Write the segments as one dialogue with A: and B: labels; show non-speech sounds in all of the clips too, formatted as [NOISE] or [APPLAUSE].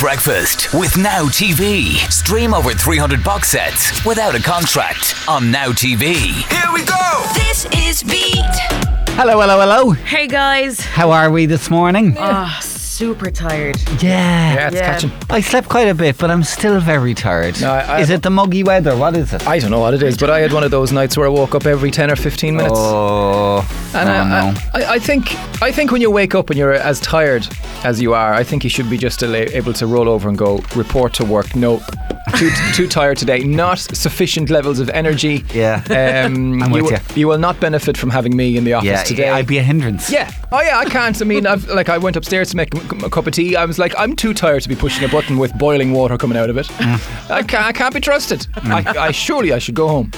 A: Breakfast with Now TV. Stream over 300 box sets without a contract on Now TV.
B: Here we go!
C: This is Beat.
D: Hello, hello, hello.
E: Hey guys.
D: How are we this morning?
E: Oh, super tired.
D: yeah.
F: Yeah, it's
E: Yeah.
F: catching.
D: I slept quite a bit, but I'm still very tired.
F: No, I- I-
D: is it the muggy weather? What is it?
F: I don't know what it is, but I had one of those nights where I woke up every ten or fifteen minutes.
D: oh,
F: and
D: oh,
F: I,
D: no.
F: I, I think I think when you wake up and you're as tired as you are, I think you should be just al- able to roll over and go report to work. Nope. Too, [LAUGHS] too tired today. Not sufficient levels of energy.
D: Yeah.
F: Um,
D: [LAUGHS] I'm with
F: you, will-
D: ya.
F: you will not benefit from having me in the office
D: yeah,
F: today.
D: yeah, I'd be a hindrance.
F: Yeah. Oh yeah, I can't. I mean, I've like I went upstairs to make a c- a cup of tea. I was like, I'm too tired to be pushing a button with boiling water coming out of it.
D: Mm.
F: I can't. I can't be trusted. I, I surely I should go home.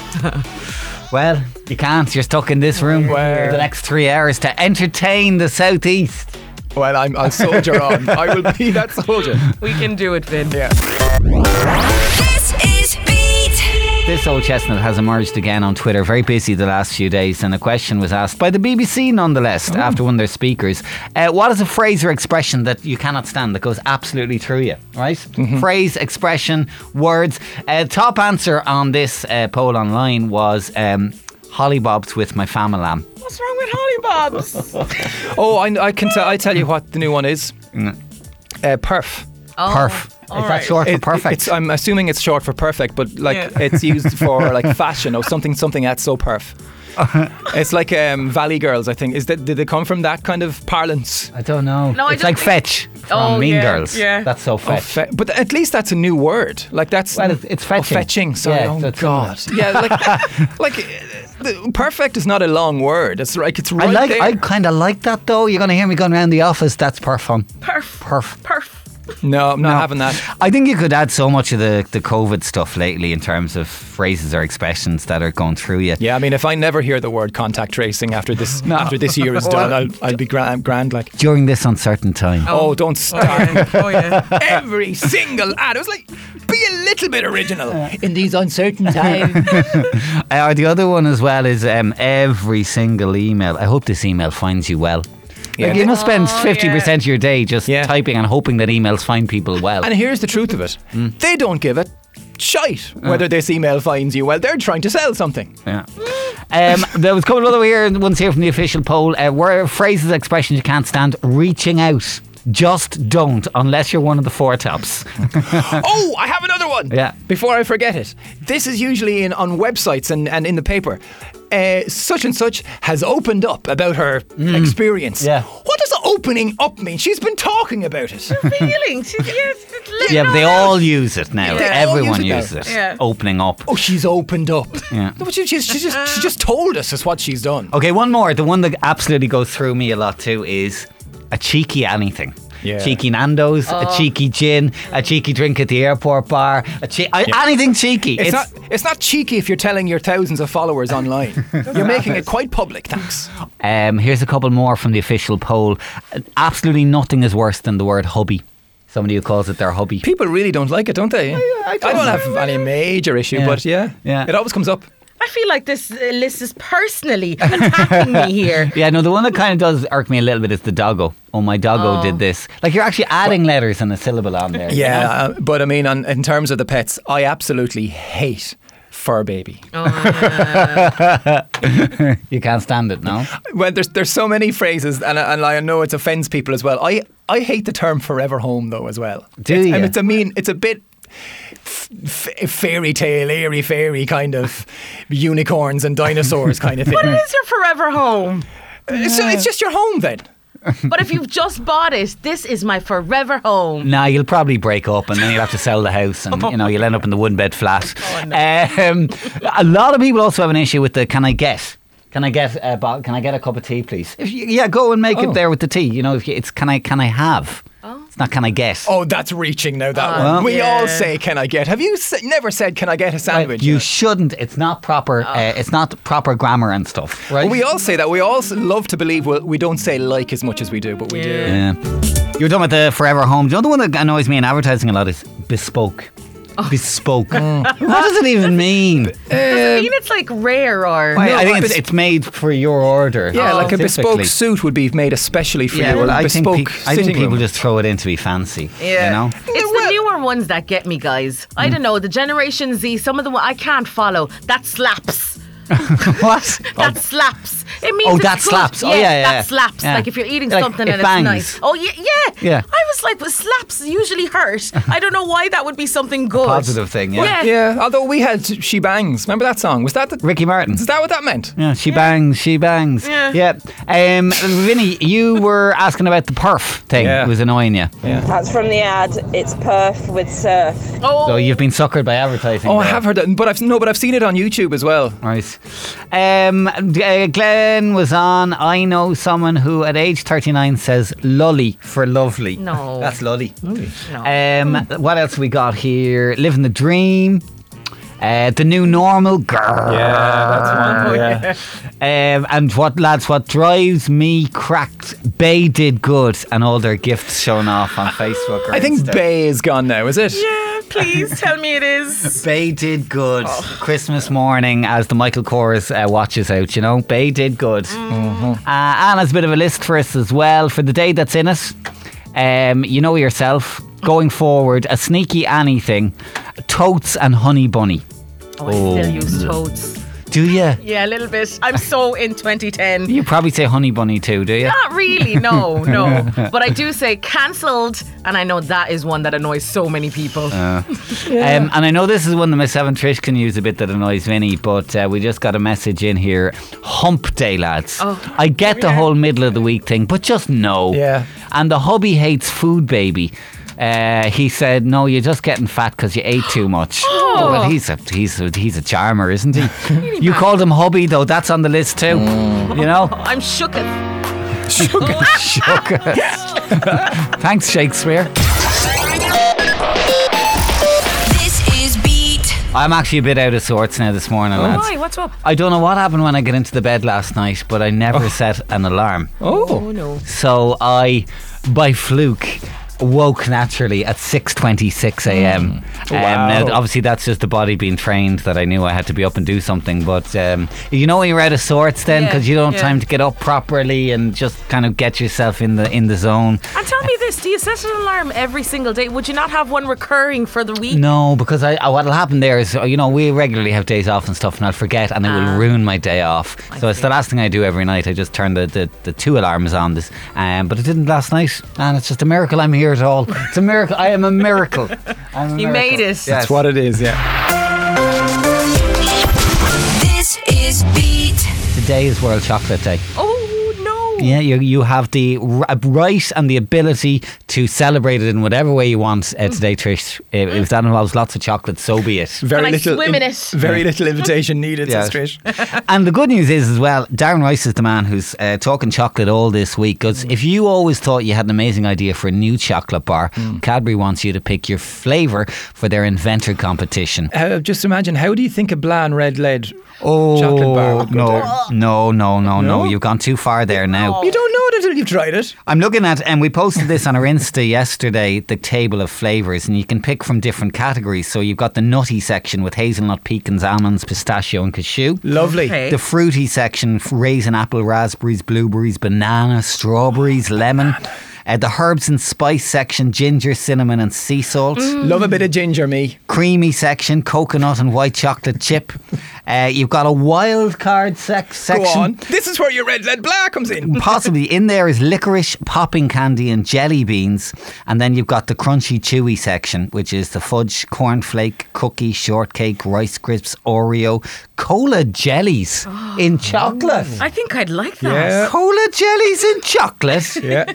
D: Well, you can't. You're stuck in this room for
F: Well.
D: the next three hours to entertain the southeast.
F: Well, I'm,
D: [LAUGHS]
F: I'll soldier on. I will be that soldier.
E: We can do it, Vin.
F: Yeah.
C: This is Beat.
D: This old chestnut has emerged again on Twitter, very busy the last few days, and a question was asked by the BBC nonetheless after one of their speakers. Uh, what is a phrase or expression that you cannot stand that goes absolutely through you, right? Phrase, expression, words. Uh, top answer on this uh, poll online was um, hollybobs with my famalam.
E: What's wrong with Hollybobs?
F: Oh, I, I can. T- I tell you what the new one is.
D: Mm.
F: Uh, perf.
D: Perf. Oh. Is that
E: Oh. right.
D: short for
F: It-
D: perfect?
F: It's, I'm assuming it's short for perfect, but like
E: Yeah.
F: it's
D: [LAUGHS]
F: used for like fashion or something. Something that's so perf. it's like um, Valley Girls, I think. Is that did they come from that kind of parlance?
D: I don't know.
E: No, I
D: it's
E: don't
D: like
E: think-
D: fetch from
E: Oh,
D: Mean
E: yeah,
D: Girls.
E: yeah.
D: That's so
F: Oh,
D: fetch.
F: fe- but at least that's a new word. Like that's
D: Well, it's- it's fetching.
F: Oh, fetching. Sorry.
D: Yeah,
F: oh
D: that's
F: God.
D: [LAUGHS]
F: Yeah. Like, like uh, the, perfect is not a long word. It's like it's right
D: I like.
F: there.
D: I kind of like that though. You're gonna hear me going around the office. That's perf on.
E: Perf.
D: Perf.
E: Perf.
F: no, I'm not having that.
D: I think you could add so much of the, the COVID stuff lately in terms of phrases or expressions that are going through you.
F: Yeah, I mean, if I never hear the word contact tracing
D: [LAUGHS]
F: after this after this year is done, I'll, I'll be grand, grand like.
D: During this uncertain time.
F: Oh, don't
D: [LAUGHS]
F: start
E: Oh yeah.
F: every single ad. It was like, be a little bit original in these
D: [LAUGHS]
F: uncertain times.
D: Uh, the other one as well is um, every single email. I hope this email finds you well.
F: Yeah.
D: Like you must spend
E: Oh,
D: fifty percent of your day just
F: Yeah.
D: typing and hoping that emails find people well.
F: and here's the truth of it:
D: Mm.
F: they don't give it shite
D: Uh.
F: whether this email finds you. Well, they're trying to sell something.
D: Yeah. Um, there was a couple of other here, ones here from the official poll. Uh, were phrases, expressions you can't stand. Reaching out. Just don't, unless you're one of the four tops.
F: oh, I have another one.
D: Yeah.
F: Before I forget it, this is usually in on websites and, and in the paper. Uh, such and such has opened up about her experience.
D: Yeah.
F: What does opening up mean? She's been talking about [LAUGHS] it.
E: Feeling. She's, yes. it's let
D: Yeah, but
E: it
D: they
E: all out.
D: all use it now.
F: They all
D: Everyone
F: use it now.
D: uses it.
E: Yeah.
D: Opening up.
F: oh, she's opened up.
D: Yeah.
F: No, but she, she's, she just she just told us is what she's done.
D: Okay, one more. The one that absolutely goes through me a lot too is a cheeky anything.
F: Yeah.
D: Cheeky Nando's,
F: Oh.
D: a cheeky gin, a cheeky drink at the airport bar, a che- I- anything cheeky.
F: It's, not it's not cheeky if you're telling your thousands of [LAUGHS] followers online. you're making it quite public. Thanks.
D: Um, here's a couple more from the official poll. Absolutely nothing is worse than the word hubby. Somebody who calls it their hubby.
F: People really don't like it, don't they? I, don't, have any major issue,
D: Yeah.
F: but yeah,
D: Yeah.
F: it always comes up.
E: I feel like this uh, list is personally attacking
D: [LAUGHS]
E: me here.
D: Yeah, no, the one that kind of does irk me a little bit is the doggo. Oh, my doggo did this. Like you're actually adding letters and a syllable on there. you
F: Yeah,
D: know?
F: uh, but I mean, on, in terms of the pets, I absolutely hate fur baby.
D: You can't stand it,
F: [LAUGHS]
D: no?
F: Well, there's there's so many phrases, and, I- and I know it offends people as well. I, I hate the term forever home though as well.
D: Do
F: it's,
D: you?
F: And it's a mean. It's a bit. F- f- fairy tale, airy fairy kind of unicorns and
D: [LAUGHS]
F: dinosaurs kind of thing.
E: It's your forever home.
D: uh,
F: so it's just your home then.
E: But if you've just bought it, this is my forever home.
D: Nah, you'll probably break up and then you'll have to sell the house and you know you'll end up in the one bed
F: [LAUGHS]
D: flat.
F: Oh,
D: um, a lot of people also have an issue with the can I get? Can I get a bo- can I get a cup of tea, please? If you, yeah, go and make
F: Oh.
D: it there with the tea. You know, if you, it's can I can I have? It's not can I get.
F: Oh, that's reaching now. That one.
D: Well-
F: we all
E: yeah.
F: say, "Can I get?" Have you s- never said, "Can I
D: Uh,
F: get a
D: Right,
F: sandwich?"
D: you shouldn't. It's not proper. Uh, it's not proper grammar and stuff. Right.
F: Ah. we all say that. We all s- love to believe we we don't say like as much as we do, but we do.
D: yeah. You're done with the forever home. The other one that annoys me in advertising a lot is bespoke.
F: Oh. [LAUGHS]
D: bespoke.
F: Mm.
D: what does it even mean?
E: I mean, it's like rare or.
D: I- I think
F: I-
D: it's, it's made for your order.
F: Yeah, like a bespoke
D: specifically.
F: suit would be made especially for
D: Yeah,
F: you.
D: well,
F: a
D: I think,
F: bespoke
D: pe- I think
F: sitting
D: people
F: room.
D: just throw it in to be fancy.
F: Yeah. [LAUGHS]
D: You know? [LAUGHS] Mm.
E: It's the newer ones that get me, guys. I don't know the Generation Z. Some of the one I can't follow. That slaps.
D: what?
F: Oh.
E: That slaps. It means
D: Oh,
E: it's
D: that
E: good.
D: slaps. Oh, yeah, yeah, yeah.
E: That slaps.
D: Yeah.
E: Like if you're eating
D: Like,
E: something
D: it
E: and
D: bangs.
E: it's nice. Oh yeah, yeah.
D: Yeah.
E: I was like, well, slaps usually hurt. I don't know why that would be something good.
D: positive thing, yeah.
E: yeah.
F: Yeah, although we had She Bangs. Remember that song? Was that the,
D: Ricky
F: [LAUGHS]
D: Martin.
F: Is that what that meant?
D: Yeah, she bangs, she bangs.
E: Yeah.
D: Yeah. Um, Vinny, you were asking about the perf thing.
F: Yeah.
D: It was annoying you.
B: That's from the ad. It's perf with surf.
E: Oh,
D: So you've been suckered by advertising.
F: Oh, I
D: there.
F: have heard that, but I've no, but I've seen it on YouTube as well.
D: Right. Um, uh, Glenn was on. I know someone who at age 39 says lolly for lovely.
E: No.
D: That's lolly.
E: No.
D: Um, what else we got here? Living the dream. Uh, the new normal. Grrr.
F: that's one.
D: Um, and what, lads, what drives me cracked? Bay did good and all their gifts shown off on Facebook. Or
F: I think
D: Insta.
F: Bay is gone now, is it?
E: yeah. Please
D: [LAUGHS]
E: tell me it is.
D: Bay did good.
E: Oh.
D: Christmas morning, as the Michael Chorus uh, watches out, you know, Bay did good.
E: Mm-hmm.
D: Uh, Anna's a bit of a list for us as well for the day that's in it. Um, you know yourself. Going forward, a sneaky Annie thing, totes and honey bunny.
E: Oh, I still use toads.
D: Do you?
E: Yeah, a little bit. I'm so in 2010.
D: You probably say honey bunny too, do you?
E: Not really,
D: [LAUGHS]
E: no, no. But I do say cancelled, and I know that is one that annoys so many people.
D: Uh. Um, and I know this is one that my seven Trish can use a bit that annoys Vinny, but uh, we just got a message in here. Hump day, lads.
E: Oh,
D: I get the whole middle of the week thing, but just no.
F: Yeah.
D: And the hubby hates food, baby. Uh, he said, "No, you're just getting fat because you ate too much." Oh. Well, he's a he's a, he's a charmer, isn't he? you called him hubby, though. That's on the list too. You know.
E: I'm shooketh.
D: Shook. Thanks, Shakespeare.
C: This is Beat.
D: I'm actually a bit out of sorts now this morning, lads.
E: Why? What's up?
D: I don't know what happened when I got into the bed last night, but I never set an alarm.
F: Oh,
E: no.
D: So I, by fluke, woke naturally at 6.26 a.m.
F: Hmm. Wow.
D: Um, now, obviously, that's just the body being trained that I knew I had to be up and do something. But um, you know when you're out of sorts then
E: Yeah,
D: because you don't have
E: yeah.
D: time to get up properly and just kind of get yourself in the in the zone.
E: And tell me this: Do you set an alarm every single day? Would you not have one recurring for the week?
D: No, because I, I what'll happen there is uh, you know we regularly have days off and stuff, and I'll forget, and it
E: Ah.
D: will ruin my day off. so it's the last thing I do every night. I just turn the, the, the two alarms on this, um, but it didn't last night, and it's just a miracle I'm here at all. It's a miracle. I am a
E: [LAUGHS]
D: miracle. I'm a
E: You made
D: miracle.
E: it.
D: Yes.
F: that's what it is. Yeah.
C: This is Beat.
D: Today is World Chocolate Day.
E: Oh no!
D: Yeah, you, you have the r- uh, right and the ability to celebrate it in whatever way you want
E: Mm.
D: uh, today, Trish. If, if that involves lots of chocolate, so be it.
F: Very
E: Can I
F: little.
E: swim in it?
F: Very little invitation needed.
D: Yeah.
F: says Trish.
D: And the good news is as well, Darren Rice is the man who's uh, talking chocolate all this week. Because
F: Mm.
D: if you always thought you had an amazing idea for a new chocolate bar,
F: Mm.
D: Cadbury wants you to pick your flavour for their inventor competition.
F: [LAUGHS] Uh, just imagine. How do you think a bland red lead
D: Oh,
F: [LAUGHS] chocolate bar would go
D: no,
F: down?
D: no, no, no, no!
F: No?
D: You've gone too far there now.
F: You don't know it until you've tried it.
D: I'm looking at, and we posted this on our Insta [LAUGHS] yesterday, the table of flavours, and you can pick from different categories. So you've got the nutty section with hazelnut, pecans, almonds, pistachio, and cashew.
F: Lovely.
E: Okay.
D: The fruity section f- raisin, apple, raspberries, blueberries, banana, strawberries,
F: Oh,
D: lemon. Uh, the herbs and spice section ginger, cinnamon, and sea salt.
F: Love a bit of ginger, me.
D: Creamy section coconut and white chocolate
F: [LAUGHS]
D: chip. Uh, you've got a wild card sec-
F: Go
D: section.
F: on. [LAUGHS] This is where your red lead blah comes in.
D: Possibly in there is licorice, popping candy, and jelly beans. And then you've got the crunchy, chewy section, which is the fudge, cornflake, cookie, shortcake, rice crisps, Oreo, cola
F: [GASPS]
D: jellies in chocolate.
E: I think I'd like that.
F: Yeah.
D: Cola jellies and chocolate.
F: Uh, [LAUGHS] Yeah.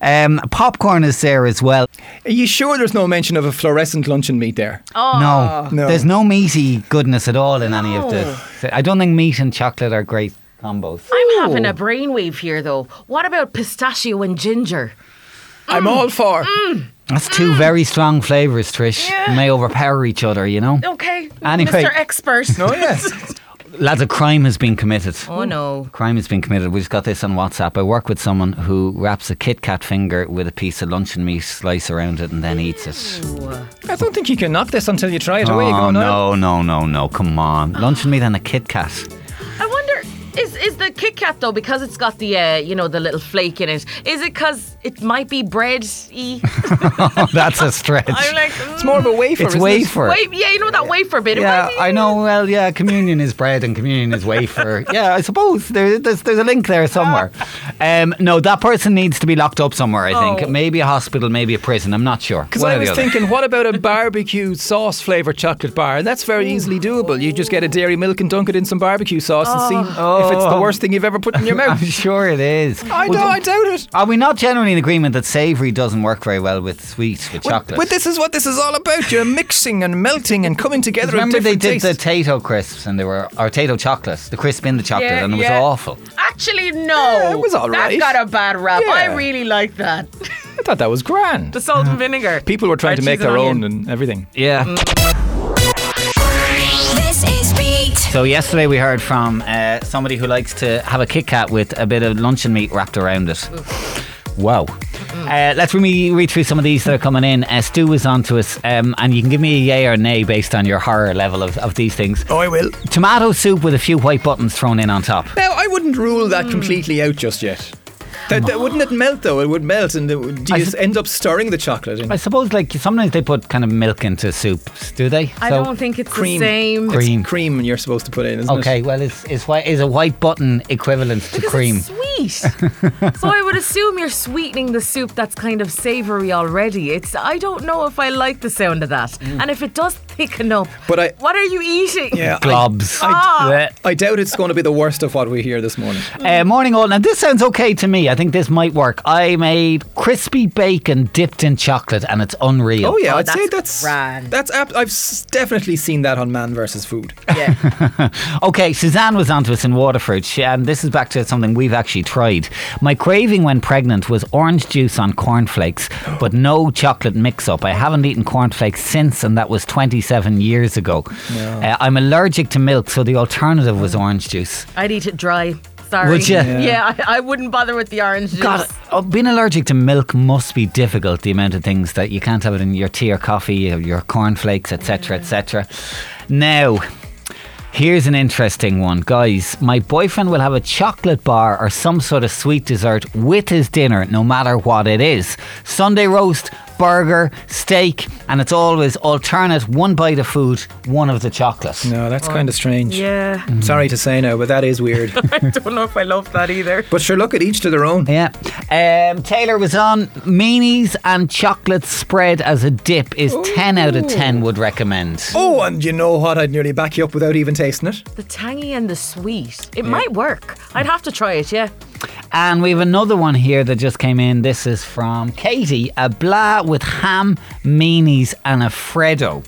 D: Um, popcorn is there as well.
F: Are you sure there's no mention of a fluorescent luncheon meat there?
E: Oh.
D: No,
F: No.
D: there's no meaty goodness at all in any of this. I don't think meat and chocolate are great combos.
E: I'm having a brainwave here, though. What about pistachio and ginger?
F: I'm all for.
E: Mm.
D: That's two very strong flavours, Trish. May overpower each other, you know.
E: Okay,
D: Anyway.
E: Mr. Expert.
F: Oh yeah.
D: lads, a crime has been committed.
E: Oh no.
D: Crime has been committed. We just got this on WhatsApp. I work with someone who wraps a Kit Kat finger with a piece of luncheon meat slice around it and then eats it.
F: I don't think you can knock this until you try it. Away you
D: Oh
F: go, Niall.
D: no, no, no, no! Come on, luncheon meat and a Kit
E: [LAUGHS]
D: Kat. [LAUGHS]
E: I wonder is is the Kit Kat though because it's got the uh, you know the little flake in it? Is it because it might be bread?
F: [LAUGHS]
E: Y.
D: Oh, that's a stretch.
E: I'm like. mm,
F: It's more of a wafer.
D: it's
F: isn't it?
D: wafer.
E: Wait, yeah, you know that wafer bit. It
D: Yeah,
E: might be-
D: I know. Well, yeah, communion is bread and communion is wafer. yeah, I suppose there, there's there's a link there somewhere. Um, no, that person needs to be locked up somewhere. I think
E: Oh.
D: maybe a hospital, maybe a prison. I'm not sure.
F: Because
D: One
F: I
D: or the
F: was
D: other.
F: thinking, what about a barbecue sauce flavored chocolate bar? And that's very easily doable. You just get a dairy milk and dunk it in some barbecue sauce and see if it's the worst thing you've ever put
D: [LAUGHS]
F: in your
D: Oh. I'm
F: mouth.
D: sure it is.
F: I
D: Well,
F: know, I doubt it.
D: Are we not generally in agreement that savoury doesn't work very well with sweet, with chocolate?
F: But this is what this is all about. You're mixing and melting and coming together. of
D: Remember they
F: different
D: did the
F: tastes.
D: Tato crisps and they were, or Tato chocolates, the crisp in the chocolate,
E: Yeah,
D: and it was
E: yeah.
D: awful.
E: Actually, no.
F: Yeah, it was all right.
E: That got a bad rap.
F: Yeah.
E: I really like that.
F: I thought that was grand.
E: The salt and vinegar.
F: People were trying
E: Or
F: to make
E: cheese and
F: their
E: onion.
F: own and everything.
D: Yeah.
C: This is beat.
D: So yesterday we heard from uh, somebody who likes to have a Kit Kat with a bit of luncheon meat wrapped around it. Wow. Uh, let's re- read through some of these that are coming in. Uh, Stu was on to us, um, and you can give me a yay or nay based on your horror level of, of these things.
F: Oh, I will.
D: Tomato soup with a few white buttons thrown in on top.
F: Now, I wouldn't rule
D: Hmm.
F: that completely out just yet. That, that- wouldn't it melt though? It would melt, and it would- do
D: I
F: you
D: sup-
F: end up stirring the chocolate? In?
D: I suppose, like, sometimes they put kind of milk into soups, do they?
E: I
D: So-
E: don't think it's
F: cream.
E: the same.
D: Cream.
F: It's cream you're supposed to put in, isn't
D: Okay,
F: it?
D: well, is, is, whi- is a white button equivalent to
E: Because
D: cream?
E: it's sweet. so I would assume you're sweetening the soup that's kind of savory already. It's I don't know if I like the sound of that. And if it does thicken up,
F: But I-
E: what are you eating?
F: Yeah.
D: Globs.
E: Ah.
D: Yeah.
F: I doubt it's going to be the worst of what we hear this morning.
E: Oh,
D: Uh, morning all. Now this sounds okay to me. I think this might work. I made crispy bacon dipped in chocolate, and it's unreal.
F: Oh yeah,
E: Oh,
F: I'd say
E: that's
F: that's
E: grand.
F: that's apt. I've s- definitely seen that on Man
E: [LAUGHS]
F: versus Food.
E: Yeah.
D: Okay, Suzanne was onto us in Waterford. She, um, this is back to something we've actually tried. My craving when pregnant was orange juice on cornflakes, but no chocolate mix up. I haven't eaten cornflakes since, and that was 27 years ago. Uh, I'm allergic to milk, so the alternative was orange juice.
E: I'd eat it dry. Sorry.
D: Would ya?
E: Yeah, I, I wouldn't bother with the orange juice.
D: God, oh, being allergic to milk must be difficult. The amount of things that you can't have it in your tea or coffee, or your cornflakes, etc., etc. Now, here's an interesting one, guys. My boyfriend will have a chocolate bar or some sort of sweet dessert with his dinner, no matter what it is. Sunday roast, burger, steak, and it's always alternate one bite of food, one of the chocolate.
F: No, that's kind of strange.
E: Yeah.
D: Mm.
F: Sorry to say now, but that is weird.
E: [LAUGHS] I don't know if I love that either.
F: but sure, look at each to their own.
D: Yeah. Um, Taylor was on. Meanies and chocolate spread as a dip is 10 out of 10 would recommend.
F: Oh, and you know what? I'd nearly back you up without even tasting it.
E: The tangy and the sweet. It might work. I'd have to try it, yeah.
D: And we have another one here that just came in. This is from Katie. A blah with ham, meanies and a Freddo.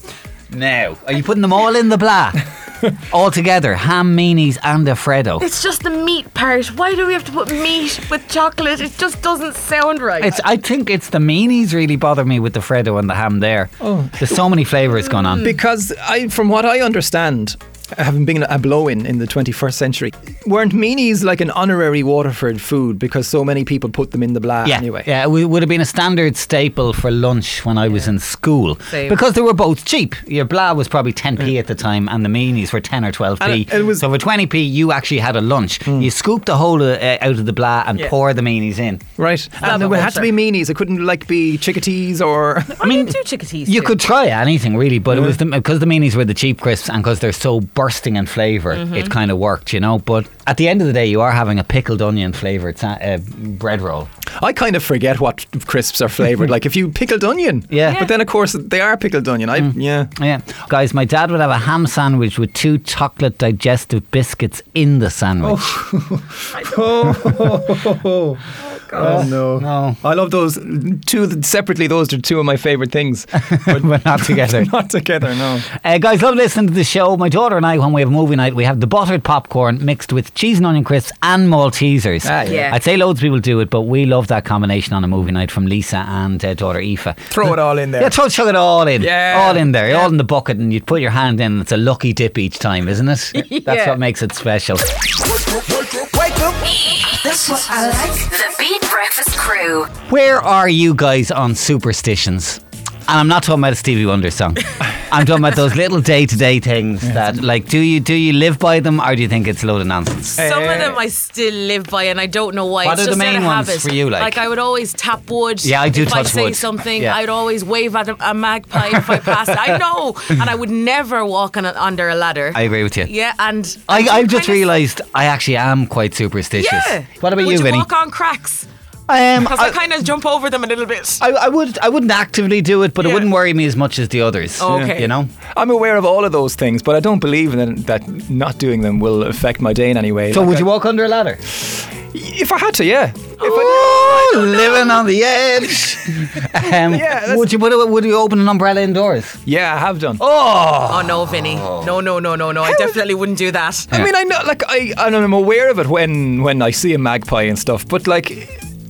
D: Now, are you putting them all in the blah? all together, ham, meanies and a Freddo.
E: It's just the meat part. Why do we have to put meat with chocolate? It just doesn't sound right.
D: It's, I think it's the meanies really bother me with the Freddo and the ham there. Oh. There's so many flavours going on.
F: Because I, from what I understand, having been a blow-in in the 21st century, weren't meanies like an honorary Waterford food because so many people put them in the blah
D: Yeah,
F: anyway.
D: yeah, it wou- would have been a standard staple for lunch when I was in school
E: Same.
D: because they were both cheap. Your blah was probably 10p at the time, and the meanies were 10 or 12p.
F: And it- it was- Hmm.
D: so for 20p, you actually had a lunch. You scooped the whole uh, out of the blah and
E: Yeah.
D: pour the meanies in.
F: Right. And it
E: the
F: had to be
E: culture.
F: meanies. It couldn't like be chickadees or [LAUGHS]
E: I mean, do chickadees.
D: You
E: too.
D: could try anything really, but it was because the, meanies were the cheap crisps and because they're so bursting in flavor,
F: Mm-hmm.
D: it kind of worked, you know. But at the end of the day, you are having a pickled onion flavored sa- uh, bread roll.
F: I kind of forget what crisps are flavored. like if you pickled onion,
D: Yeah. Mm. Yeah.
F: But then of course they are pickled onion. I [LAUGHS] yeah.
D: Yeah. Guys, my dad would have a ham sandwich with two chocolate digestive biscuits in the sandwich.
F: Oh no.
D: no.
F: I love those two separately. Those are two of my
D: [LAUGHS]
F: favorite things. But
D: But not together.
F: Oh, [LAUGHS] not together. No.
D: Uh, guys, love listening to the show. My daughter and I, when we have movie night, we have the buttered popcorn mixed with cheese and onion crisps and Maltesers.
F: Ah, yeah.
E: Yeah.
D: I'd say loads of people do it, but we love that combination on a movie night from Lisa and uh, daughter Aoife.
F: Throw it all in there.
D: Yeah, throw chuck it all in.
F: Yeah.
D: All in there. All in the bucket, and you'd put your hand in, and it's a lucky dip each time, isn't it? That's
E: [LAUGHS] Yeah.
D: what makes it special.
G: That's what I like.
C: The Beat Breakfast Crew.
D: Where are you guys on superstitions? And I'm not talking about a Stevie Wonder
E: [LAUGHS]
D: song. I'm talking about those little day-to-day things that, like, do you do you live by them, or do you think it's a load of nonsense?
E: Some of them I still live by, and I don't know why.
D: What
E: it's
D: are the
E: just
D: main
E: out of
D: ones
E: habit.
D: for you, like?
E: I would always tap wood.
D: Yeah, I do
E: If I
D: touch
E: say
D: wood.
E: something,
D: Yeah.
E: I'd always wave at a, a magpie if I passed.
D: [LAUGHS]
E: I know, and I would never walk on a, under a ladder.
D: I agree with you.
E: yeah, and
D: I,
E: do
D: I've just
E: kinda-
D: realised I actually am quite superstitious.
E: Yeah.
D: What about
E: would
D: you,
E: you
D: Vinny?
E: walk on cracks?
D: Um,
E: Because I,
D: I,
E: kind of jump over them a little bit.
D: I, I would I wouldn't actively do it, but it
E: Yeah.
D: wouldn't worry me as much as the others.
E: Oh, okay.
D: You know.
F: I'm aware of all of those things, but I don't believe that, that not doing them will affect my day in any way.
D: So
F: Like,
D: would you
F: I-
D: walk under a ladder?
F: If I had to, yeah. [GASPS] If
D: Oh, living on [LAUGHS] the edge. um,
F: that's-
D: would you would, you- would you open an umbrella indoors?
F: I, yeah, I have done.
E: Oh no, Vinny! No, no, no, no, no! I definitely wouldn't do that.
F: I mean, I know, like, I, and I'm aware of it when when I see a magpie and stuff, but like,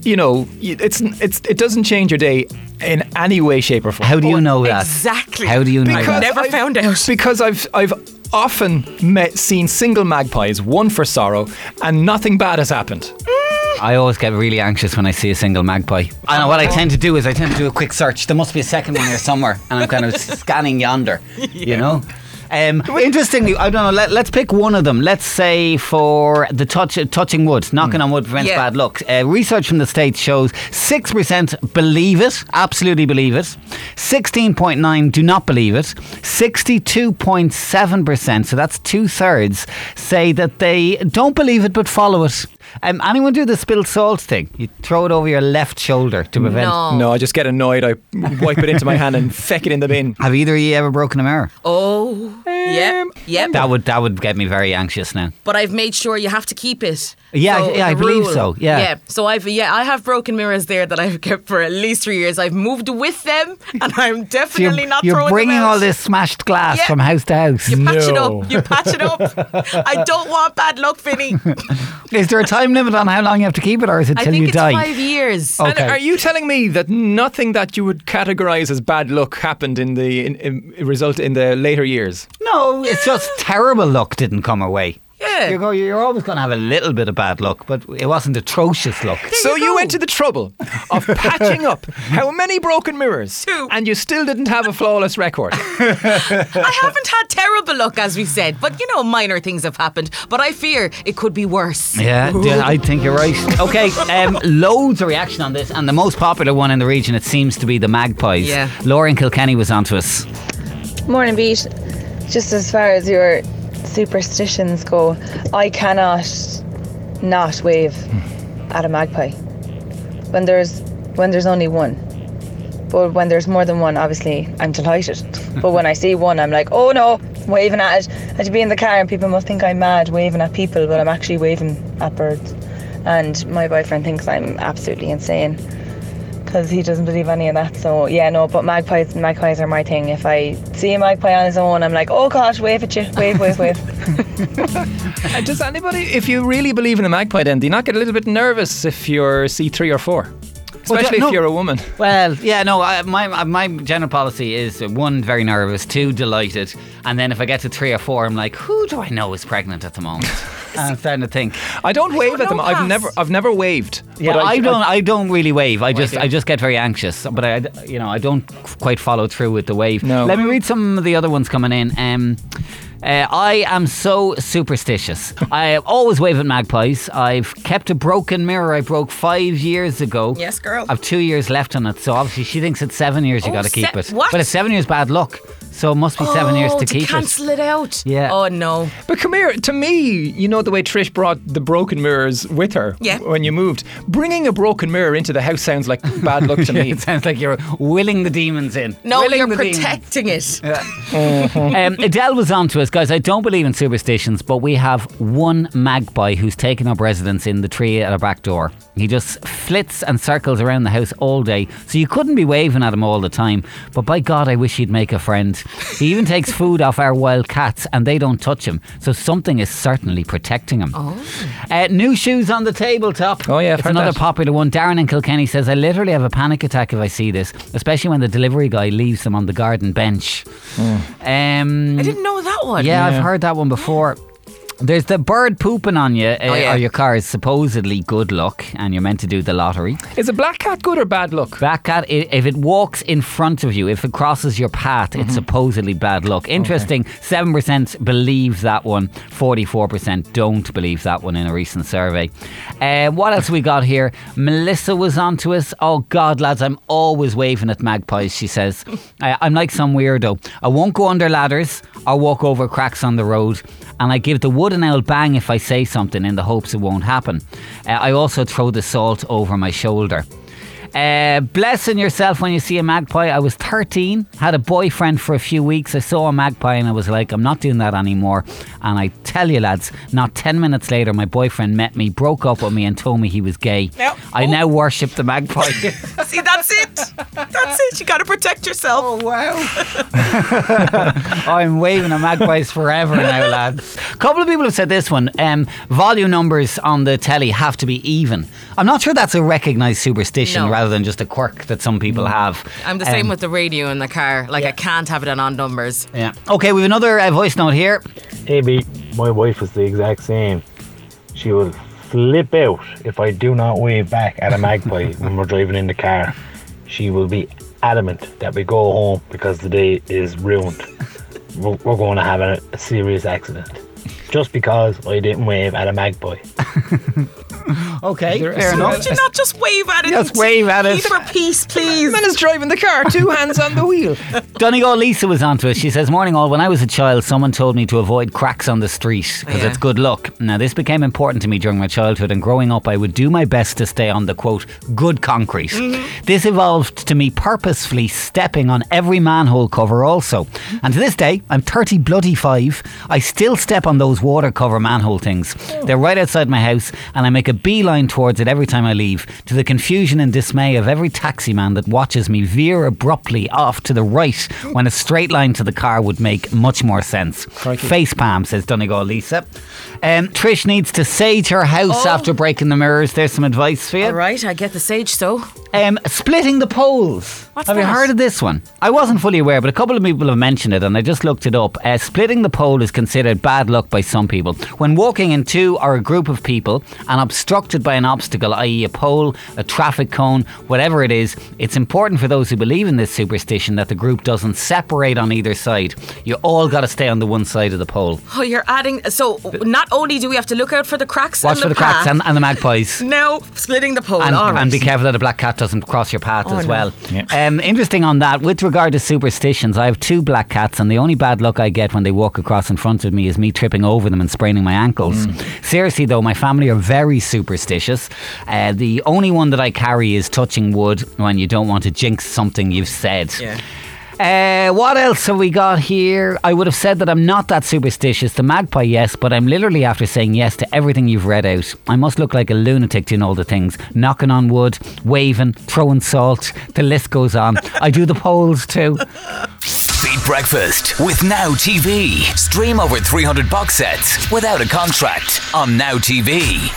F: you know, y- it's it's it doesn't change your day in any way, shape, or form.
D: How do you know that?
E: Oh, exactly.
D: How do you know
E: Because-
D: that?
E: never
F: I've-
E: found out.
F: Because I've I've often met seen single magpies, one for sorrow, and nothing bad has happened.
D: I always get really anxious when I see a single magpie. I know what I tend to do is I tend to do a quick search. There must be a second one here somewhere, and I'm kind
E: [LAUGHS]
D: of scanning yonder. You know. Um, interestingly, I don't know. Let, let's pick one of them. Let's say for the touch, touching wood, knocking on wood prevents
E: Mm. Yeah.
D: bad luck. Uh, research from the States shows six percent believe it, absolutely believe it. Sixteen point nine do not believe it. Sixty-two point seven percent, so that's two thirds, say that they don't believe it but follow it. Um, anyone do the spilled salt thing? You throw it over your left shoulder to prevent.
E: No.
F: No, I just get annoyed. I wipe it into my hand and feck it in the bin.
D: Have either of you ever broken a mirror?
E: Oh. Yep. Yep.
D: That would that would get me very anxious now.
E: but I've made sure you have to keep it.
D: Yeah,
E: So,
D: yeah, I
E: the
D: believe
E: rule.
D: so, yeah.
E: yeah. So I've yeah, I have broken mirrors there that I've kept for at least three years. I've moved with them, [LAUGHS] and I'm
D: So you're,
E: definitely not
D: you're
E: throwing
D: bringing
E: them out.
D: all this smashed glass
E: Yeah.
D: from house to house.
E: You patch
F: No.
E: it up. You patch it up. I don't want bad luck,
D: [LAUGHS]
E: Vinny.
D: Is there a time limit on how long you have to keep it, or is it
E: I
D: till
E: think
D: you
E: it's
D: die?
E: five years. uh,
D: Oh.
F: And
D: Okay.
F: are you telling me that nothing that you would categorize as bad luck happened in the in, in, result in the later years?
D: No, uh, it's just terrible luck didn't come away.
E: Yeah.
D: You're, go- you're always going to have a little bit of bad luck, but it wasn't atrocious [LAUGHS] luck.
F: so you, went to the trouble of patching up how many broken mirrors,
E: Two.
F: and you still didn't have a flawless record.
E: I haven't had terrible luck, as we said, but you know, minor things have happened. But I fear it could be worse.
D: Yeah, yeah, I think you're right. Okay, um, loads of reaction on this, and the most popular one in the region, it seems to be the Magpies.
E: Yeah.
D: Lauren Kilkenny was onto us.
B: Morning, Beat. Just as far as your superstitions go, I cannot not wave at a magpie when there's when there's only one. But when there's more than one, obviously I'm delighted. but when I see one, I'm like, oh no, waving at it. I should be in the car, and people must think I'm mad waving at people, but I'm actually waving at birds. And my boyfriend thinks I'm absolutely insane because he doesn't believe any of that. So yeah, no. But magpies, magpies are my thing. If I see a magpie on his own, I'm like, oh gosh, wave at you, wave, wave, wave.
F: And does anybody, if you really believe in a magpie, then do you not get a little bit nervous if you're C three or four, especially
D: no.
F: if you're a woman?
D: Well, yeah, no, I, my, my- my general policy is uh, one, very nervous, two, delighted, and then if I get to three or four, I'm like, who do I know is pregnant at the [LAUGHS] moment? And I'm starting to think.
F: I don't wave at them.
E: know,
F: I've
E: Cass.
F: never, I've never waved.
D: Yeah,
F: But
D: I, don't. I, don't really wave. I just.
F: do.
D: I, just get very anxious. But I, you know, I don't quite follow through with the wave.
F: No.
D: Let me read some of the other ones coming in. Um, uh, I am so [LAUGHS] superstitious. I always wave at magpies. I've kept a broken mirror I broke five years ago.
E: Yes, girl.
D: I've two years left on it, so obviously she thinks it's seven years. You
E: Oh,
D: got to keep
E: se-
D: it.
E: what?
D: But it's seven years bad luck. So it must be seven years
E: Oh,
D: to, keep
E: cancel
D: it.
E: it out.
D: Yeah.
E: Oh no.
F: But come here, to me, you know the way Trish brought the broken mirrors with her
E: Yeah.
F: when you moved. Bringing a broken mirror into the house sounds like bad luck
D: [LAUGHS]
F: to me.
D: It [LAUGHS] sounds like you're willing the demons in.
E: No,
D: willing
E: you're
D: the demons.
E: protecting it.
D: um, Adele was on to us, guys. I don't believe in superstitions, but we have one magpie who's taken up residence in the tree at our back door. He just flits and circles around the house all day, so you couldn't be waving at him all the time. But by God, I wish he'd make a friend. He even takes food off our wild cats, and they don't touch him. So something is certainly protecting him. Uh, new shoes on the tabletop.
F: Oh, yeah, I've
D: it's
F: heard
D: another
F: that.
D: popular one. Darren in Kilkenny says, "I literally have a panic attack if I see this, especially when the delivery guy leaves them on the garden bench." Um,
E: I didn't know that one.
D: yeah, I've heard that one before. There's the bird pooping on you uh,
E: Oh, yeah.
D: or your car is supposedly good luck, and you're meant to do the lottery.
F: Is a black cat good or bad luck?
D: That cat, i- if it walks in front of you, if it crosses your path, it's supposedly bad luck. Interesting. Seven percent believe that one. Forty-four percent don't believe that one in a recent survey. Uh, what else we got here? Melissa was on to us. Oh God, lads, I'm always waving at magpies. She says, I, "I'm like some weirdo. I won't go under ladders or walk over cracks on the road." And I give the wooden owl bang if I say something in the hopes it won't happen. Uh, I also throw the salt over my shoulder. Uh, blessing yourself when you see a magpie. I was 13, had a boyfriend for a few weeks. I saw a magpie and I was like, I'm not doing that anymore. And I tell you, lads, not 10 minutes later, my boyfriend met me, broke up with me, and told me he was gay.
E: Yep.
D: I now worship the
E: [LAUGHS]
D: magpie.
E: See, that's it. That's it. You got to protect yourself. Oh wow.
D: I'm waving at magpies forever now, lads. A couple of people have said this one um, volume numbers on the telly have to be even. I'm not sure that's a recognised superstition
E: No. Mm.
D: rather than just a quirk that some people have.
E: I'm the same
D: Um,
E: with the radio in the car. Like I can't have it on on numbers.
D: Yeah. Okay, we have another uh, voice note here.
H: Hey, B, my wife is the exact same. She will flip out if I do not wave back at a magpie when we're driving in the car. She will be adamant that we go home because the day is ruined. We're, we're going to have a, a serious accident just because I didn't wave at a magpie.
D: Okay,
F: There-
D: fair enough.
E: Could you not just wave at it?
D: Just wave at it.
E: Either a piece, please.
F: Man is driving the car, two hands on the wheel.
D: Donegal Lisa was onto us. She says, Morning all, when I was a child, someone told me to avoid cracks on the street because
E: Yeah.
D: it's good luck. Now, this became important to me during my childhood, and growing up, I would do my best to stay on the quote, good concrete. This evolved to me purposefully stepping on every manhole cover also. And to this day, I'm 30 bloody five. I still step on those water cover manhole things. They're right outside my house, and I make a beeline towards it every time I leave, to the confusion and dismay of every taxi man that watches me veer abruptly off to the right when a straight line to the car would make much more sense. Face palm, says Donegal Lisa. Um, Trish needs to sage her house
E: Oh.
D: after breaking the mirrors. There's some advice for you.
E: All right, I get the sage so.
D: Um, splitting the poles.
E: What's
D: have you
E: that?
D: heard of this one? I wasn't fully aware, but a couple of people have mentioned it, and I just looked it up. Uh, splitting the pole is considered bad luck by some people. When walking in two or a group of people and obstructed by an obstacle, i.e., a pole, a traffic cone, whatever it is, it's important for those who believe in this superstition that the group doesn't separate on either side. You all got to stay on the one side of the pole.
E: Oh, you're adding. So not only do we have to look out for the cracks,
D: Watch
E: in
D: for the
E: path,
D: cracks and, and the
E: [LAUGHS]
D: magpies.
E: now splitting the pole.
D: and,
E: All right.
D: and be careful that a black cat doesn't cross your path as
E: Oh, no.
D: well. Um, interesting on that. With regard to superstitions, I have two black cats, and the only bad luck I get when they walk across in front of me is me tripping over them and spraining my ankles. Seriously, though, my family are very superstitious. Uh, the only one that I carry is touching wood when you don't want to jinx something you've said.
E: Yeah.
D: Uh, what else have we got here? I would have said that I'm not that superstitious. The magpie, yes, but I'm literally after saying yes to everything you've read out. I must look like a lunatic doing all the things knocking on wood, waving, throwing salt. The list goes on. I do the polls too.
A: Beat Breakfast with Now TV. Stream over 300 box sets without a contract on Now TV.